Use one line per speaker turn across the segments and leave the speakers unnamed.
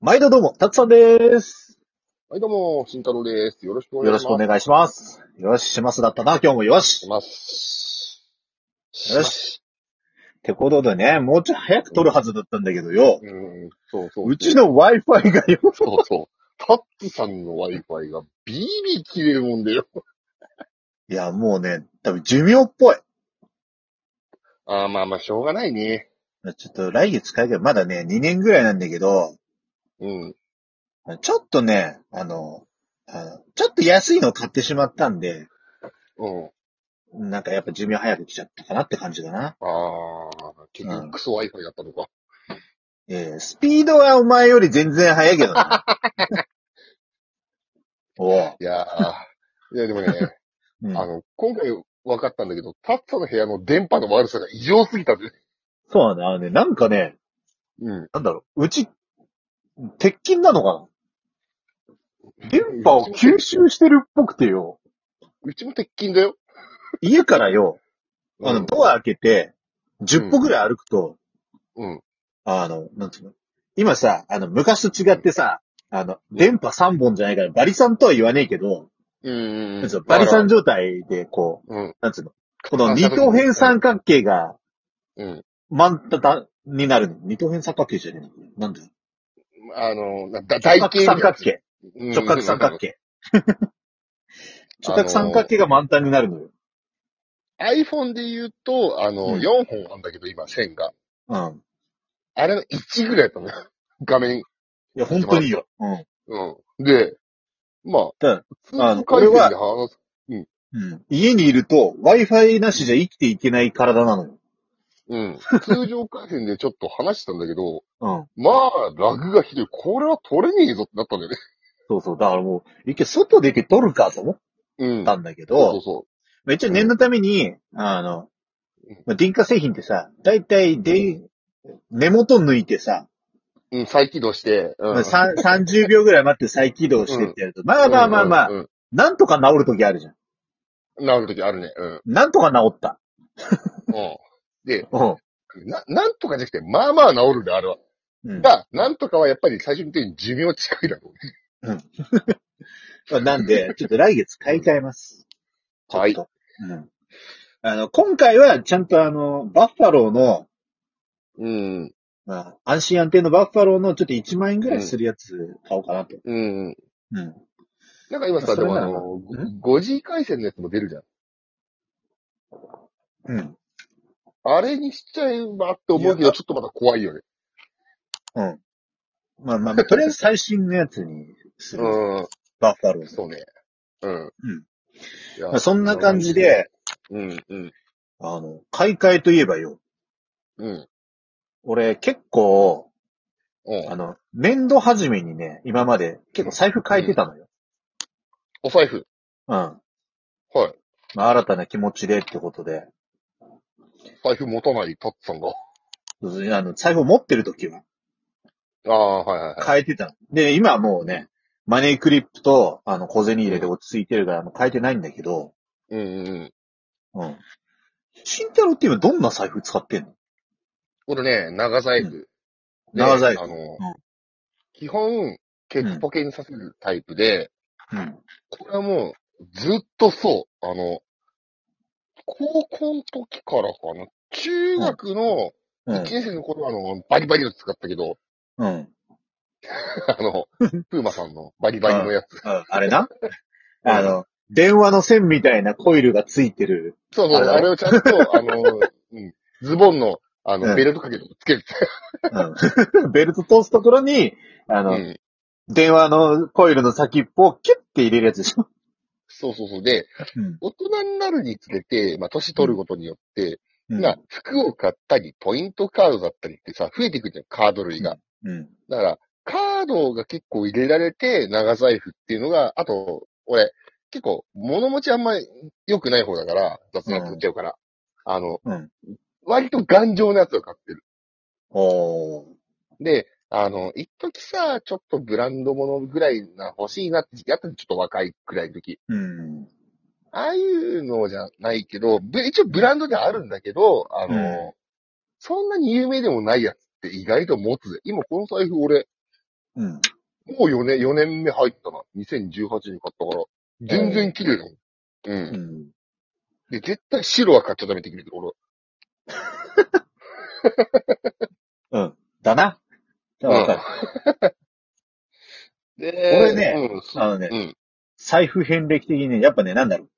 毎度どうも、たくさんです。
はい、どうも、慎太郎です。よろしくお
よ
願
ろ
い
し
し
くお
ます。
願いします。よろししますだったな、今日もよし。
ます。
よし。ってことでね、もうちょい早く撮るはずだったんだけどよ
う。ん、そうそう。
うち、の Wi-Fi がよ、
そうそう。タッツさんの Wi-Fi がビビ切れるもんだよ。
いや、もうね、多分寿命っぽい。
あーまあまあ、しょうがないね。
ちょっと来月使えるまだね、2年ぐらいなんだけど、
うん。
ちょっとね、あの、あのちょっと安いのを買ってしまったんで、
うん。
なんかやっぱ寿命早く来ちゃったかなって感じだな。
ああ、結
うん
局クソ Wi-Fi だったのか。
えー、スピードはお前より全然早いけど な。おう、
いやー。いや、でもね、
うん
あの、今回分かったんだけど、タッツさんの部屋の電波の悪さが異常すぎたんで。
そうなんだ。あのね、なんかね、
うん。
なんだろう、うち、鉄筋なのかな電波を吸収してるっぽくてよ。
うちも鉄筋だよ。
家からよ、あ
う
の、
ん
ドア開けて、10歩ぐらい歩くと、
うん。
あの、なんつうの今さ、あの、昔と違ってさ、あの、電波3本じゃないから、バリさんとは言わねえけど、
うん
なんつうのバリさん状態で、こ
うん。
う、なんつうのこの二等辺三角形が
うん。
満タンになるの。二等辺三角形じゃねえのなんだよ。
あの、なだ台
直
形
角三
みたいな
角形。
うん
直角三角。形。 直角三角形が満タンになるのよ。
iPhone で言うと、あ
う
の、
ん
4本あんだけど、今、線が。
うん。
あれの1ぐらいだったの よ。画面。
いや、本当にいいよ。うん。
うん。で、ま
だ
あ、普通の回線で話す。
うん。家にいると Wi-Fi なしじゃ生きていけない体なのよ。
うん。通常回線でちょっと話してたんだけど、
うん。
まあ、ラグがひどい。これは取れねえぞってなったんだよね。
そうそう。だからもう、一回外で一回撮るかと思っ
うん。
たんだけ
そうそう
ど、
そ
まあ一応念のために、あの、まあ、電化製品ってさ、だいたいで、根元抜いてさ、
う。うん、再起動して。うん。
さん30秒ぐらい待って再起動してってやると、まあまあまあまあ、
うんうん
なんとか治るときあるじゃん。
うんなるときあるね。うん。
なんとか治った。
うん。で、
うん。
な、なんとかじゃなくて、まあまあ治るんだ、あれは。
うん
が、なんとかはやっぱり最終的に寿命近いだろうね。
まあなん で、ちょっと来月買い替えます。
はい
ちょっと。うん。あの、今回はちゃんとあの、バッファローの、
うん。
まあ、安心安定のバッファローのちょっと1万円ぐらいするやつ買おうかなと。
うん。
うん。
なんか今さ、
そ
で
れ
も
な
あ
ら
の
ん、
5G 回線のやつも出るじゃん。
うん。
あれにしちゃえばって思うけ
いや
ど、ちょっとまだ怖いよね。
まあまあ、とりあえず最新のやつにする。
う
バッファロー
ん。。そうね。うん。
うん
いや。
まあ、そんな感じで、
うん、うん、
あの、買い替えといえばよ。
うん。
俺結構、
うん
あの、年度初めにね、今まで結構財布変えてたのよ。
お財布。
うん。
はい。
まあ、新たな気持ちでってことで。
財布持たないタッツさんが。
あの、財布を持ってる時は
ああ、はいはいはい。
変えてたの。で、今はもうね、マネークリップと、あの、小銭入れで落ち着いてるから、もう変えてないんだけど、
うん、うんうん。
うん。慎太郎って今どんな財布使ってんの
俺ね、長財布。で
長財布
あの、基本、ケツポケにさせるタイプで、
うん。
これはもう、ずっとそう。あの、高校の時からかな。中学の、
うん
一。年生の頃は、あの、バリバリの使ったけど、
うん。うん。
あの、プーマさんのバリバリのやつ。
あれなあの、電話の線みたいなコイルがついてる。
そうそう、
あれだ
あれをちゃんと、あの、うんズボンの、あ
うん
の、ベルトかけてつける。
うん。 ベルト通すところに、あ
う
の、
ん。
電話のコイルの先っぽをキュッて入れるやつでし ょ。
そうそうそう。で、
うん。
大人になるにつれて、まあ、年取ることによって、
うん
まあ、服を買ったり、ポイントカードだったりってさ、増えていくじゃん、カード類が。
うん。
だから、カードが結構入れられて、長財布っていうのが、あと、俺、結構、物持ちあんまり良くない方だから、雑なって言っちゃうから、あの、
うん
割と頑丈なやつを買ってる。
おー。
で、あの、一時さ、ちょっとブランド物ぐらいな欲しいなって時期あったのちょっと若いくらいの時。
うん。
ああいうのじゃないけど、ぶ一応ブランドではあるんだけど、あの、
うん
そんなに有名でもないやつって意外と持つぜ。今この財布俺、
うん。
もう4年、4年目入ったな。2018に買ったから。全然綺麗だもん。う。
うんん。
で、絶対白は買っちゃダメって決めてる、俺は。
うん。だな。わかる。
で、
俺ね
うん、
あのね
うん。
財布遍歴的にね、やっぱね、なんだろう。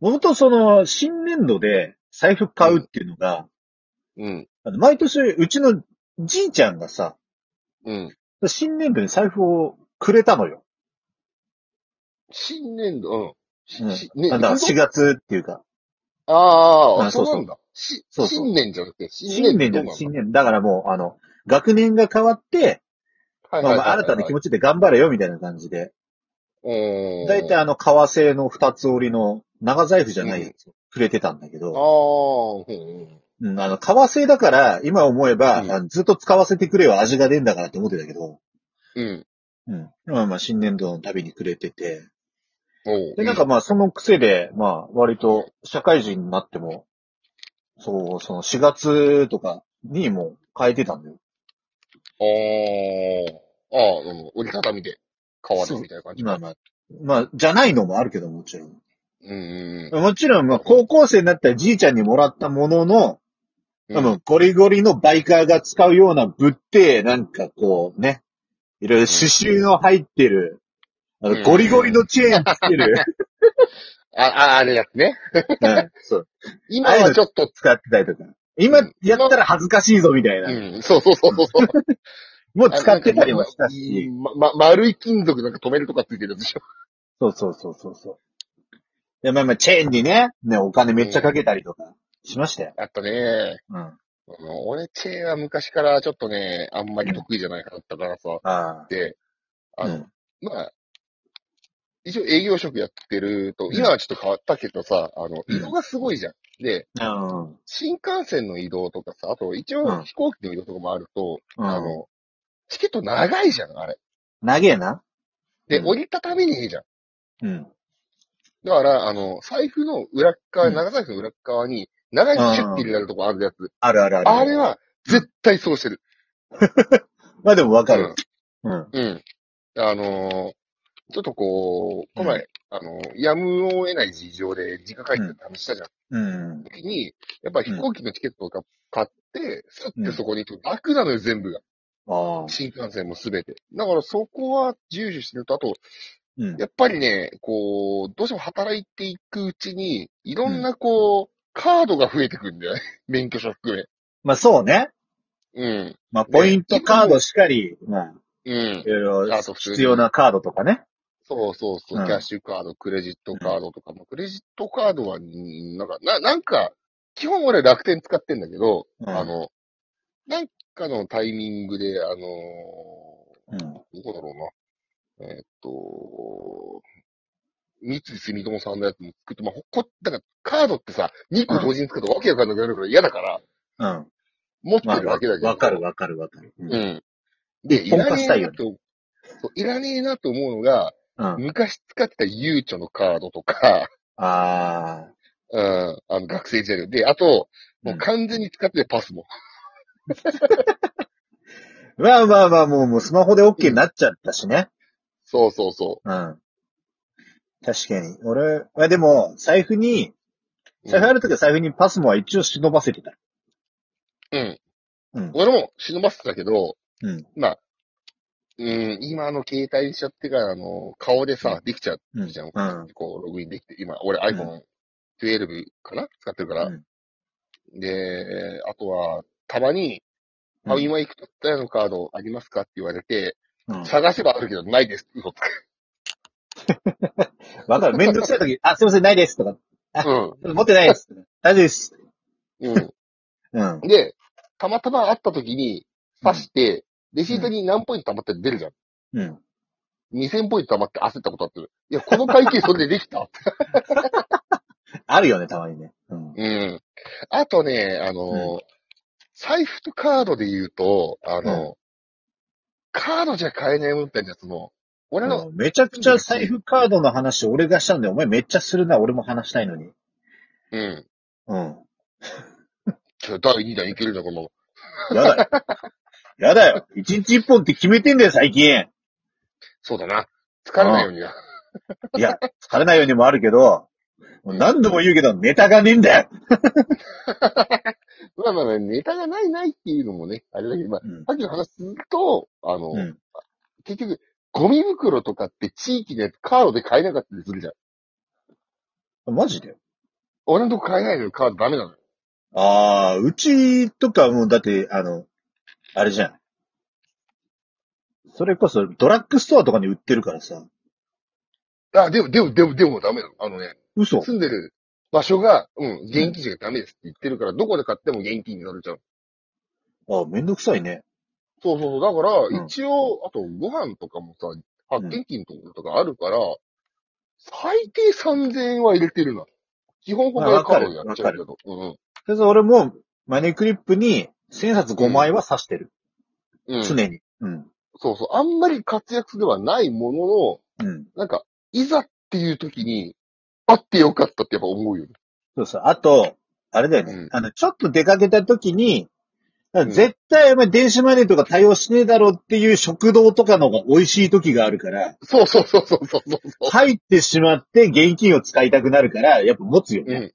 もともとその、新年度で財布買うっていうのが、
うん。
あの毎年、うちのじいちゃんがさ、
うん。
新年度に財布をくれたのよ。
新年度、うん。し
うん
しね、
なんだ、
本当
4月っていうか。
ああ、
あそう
そ
うそう
なんだ。し
そうそう
新年じゃなくて、
新年
って
じ
ど
ゃ
う
ない、
な
新年。だからもう、あの、学年が変わって、
の
まあまあ、新たな気持ちで頑張れよ、みたいな感じで。
うん。
だいたい
あ
あの、革製の二つ折りの長財布じゃない
うん
やつをくれてたんだけ
あ
ど、
ー、うんうん。
うん、あの、革製だから、今思えば、
うん
あのずっと使わせてくれよ、味が出んだからって思ってたけど、
うん。
うん。まあまあ、新年度の旅にくれてて、
おう
で、なんか、まあ、その癖で、まあ、割と、社会人になっても、そう、その4月とかにもう変えてたんだよ。
あーあー、うん折りたたみで変わるみたいな感じ。
まあまあ、まあ、じゃないのもあるけど、もちろん。
うんうん
もちろん、まあ、高校生になったらじいちゃんにもらったものの、
うん。
あの、ゴリゴリのバイカーが使うようなぶって、なんかこうね、いろいろ刺繍の入ってる、あ
うん
の、ゴリゴリのチェーンつけ る、
あ、あ、あれやつね。
うん、そう、
今はちょっと、
使ってたりとか。今
うん
やったら恥ずかしいぞみたいな。
うん、そうそうそうそうそう。
もう 使ってたりもしたし。
うんま、ま、丸い金属なんか止めるとかついてるやつでしょ。
そうそうそうそうそう。で、まあまあ、チェーンにね、ね、お金めっちゃかけたりとかしましたよ。
あったね。
うん。あ
あの俺、チェーンは昔からちょっとね、あんまり得意じゃないかったからさ、
あ。
で、あ
う
の、
ん。
まあ、一応営業職やってると、
うん
今はちょっと変わったけどさ、あの、
うん
移動がすごいじゃん。で、
うん。
新幹線の移動とかさ、あと一
う
応
ん
飛行機の移動とかもあると、
うん
あの、チケット長いじゃん、あれ。
長えな。
で、
うん
折りたたみにいいじゃん。
うん。
だから、あの、財布の裏っ側、
うん
長財布の裏っ側に、長いシュッて入れられるとこあるやつ。
あるあるある。
あれは、絶対そうしてる。
まあでもわか
うん
る。うん。
うん。あのーちょっとこう、
う
こ
ん
の前、あのーやむを得ない事情で、実家帰ってた話したじゃん。
うん。
時に、やっぱ飛行機のチケットをか買って、すってそこに行くと楽なのよ、全部が。
ああ。
新幹線もすべて。だからそこは重視してると、あと、
うん。
やっぱりね、こう、どうしても働いていくうちに、いろんなこう、カードが増えてくるんだよね。 免許証含
まあそうね。
め。うん。
まあ
ね
ポイントカードしかり、まあ、
うん
い。ろいろ
あと普通に
必要なカードとかね。
そうそうそう、
うん
キャッシュカード、クレジットカードとかも、クレジットカードは、うんなんか、な、なんか、基本俺楽天使ってんだけど、
うん
あの、なんかのタイミングで、あの
う
ー
ん。
どこだろうな。えーっと、三井住友さんのやつも作って、まあ、こ、だからカードってさ、2個同時に作るとわけわかんなくなるから嫌だか
う
ら、
ん。
持って
まあ
るだけだけど。
わかるわかるわかる。う。
うんん。で、い
一本
ら
化
ねえ
したい
な
よね
と、そういらねえなと思うのが、
うん。
昔使ってたゆうちょのカードとか、
ああ。
うん、あの学生時代ので、あと、もううん完全に使っててパスも。
まあまあまあ、もう、もうスマホで OK になっちゃったしね。
そうそうそ
うん。確かに。俺、まあでも、財布に、
う。
財布あるときは財布にパスモは一応忍ばせてた。
うん。
うん。
俺も忍ばせてたけど、
うん。
まあ、うん、今あの携帯にしちゃってから、あの、顔でさ、できちゃ
う。
うんじゃん。
うん。
こう、ログインできて、今、俺 iPhone12 かな使ってるから。
うん
で、あとは、たまに、ファミマ行くと、誰のカードありますかって言われて、
うん。
探せばあるけど、ないです。嘘つ
わかる。めんどくさいとき、あ、すいません、ないです。とか、
く。うん。
持ってないです。大丈夫です。
うん。
うん。
で、たまたま会った時に刺して、レシートに何ポイント溜まって出るじゃん。
うん。
2000ポイント溜まって焦ったことあってる。いや、この会計それでできた。
あるよね、たまにね。うん。
うん。あとね、あのー、
う
財布とカードで言うと、あのー、カードじゃ買えないもんってやつも、俺の、
うんめちゃくちゃ財布カードの話俺がしたんで、お前めっちゃするな、俺も話したいのに。
うん。
うん。
ちょ第2弾いけるじゃん、この。
やだよ。やだよ。一日一本って決めてんだよ、最近。
そうだな。疲れないようにな。
いや、疲れないようにもあるけど、もう何度も言うけど、ネタがねえんだよ、
まあまあまあ、ネタがないないっていうのもね、あれだけど、まあ、
うん
さっきの話すると、あの、
うん
結局、ゴミ袋とかって地域のやつカードで買えなかったりするじゃん。
マジで
俺のとこ買えないのよ、カードダメなのよ。
ああ、うちとかもうだって、あの、あれじゃん。それこそドラッグストアとかに売ってるからさ。
あ、でも、でも、でも、でもダメなの。あのね、
嘘
住んでる場所が、うん、現金じゃダメですって言ってるから、どこで買っても現金になるじゃん。
あめんどくさいね。
そうそうそう。だか
う
ら、
ん
一応、あと、ご飯とかもさ、発見金とかがあるから、最低3000円は入れてるな。基本他でカードでやっちゃうけど。うん
それと俺も、マネークリップに、千冊5枚は刺してる。
うん。うん。
常に。うん。
そうそう。あんまり活躍ではないものの、
うん。
なんか、いざっていう時に、あってよかったってやっぱ思うよね。
そうそう。あと、あれだよね。
うん
あの、ちょっと出かけた時に、だから絶対お前電子マネーとか対応しねえだろうっていう食堂とかの方が美味しい時があるから、
そうそうそうそうそうそう。
入ってしまって現金を使いたくなるから、やっぱ持つよ
う
ね。
ん。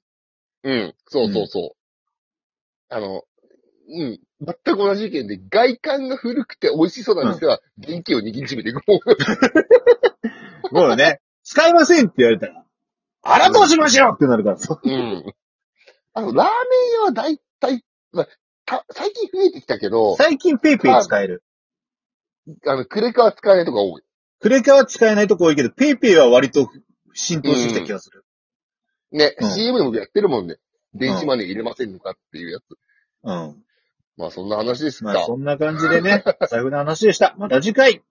うん。そうそうそう。あの、うん。全く同じ意見で、外観が古くて美味しそうな店は、現金を握りしめていく。
もうね、使いませんって言われたら、あらどうしましょうってなるから、そう
うん。 あの、ラーメン屋は大体、まあ、た最近増えてきたけど、
最近ペイペイ使える。
あの、クレカは使えないとか多い。
クレカは使えないとこ多いけど、ペイペイは割と浸透してきた気がする。
ね、
うん
CM でもやってるもんね。電子マネー入れませんのかっていうやつ。
うん。
まあ、そんな話ですか。
まあ、そんな感じでね、財布の話でした。また次回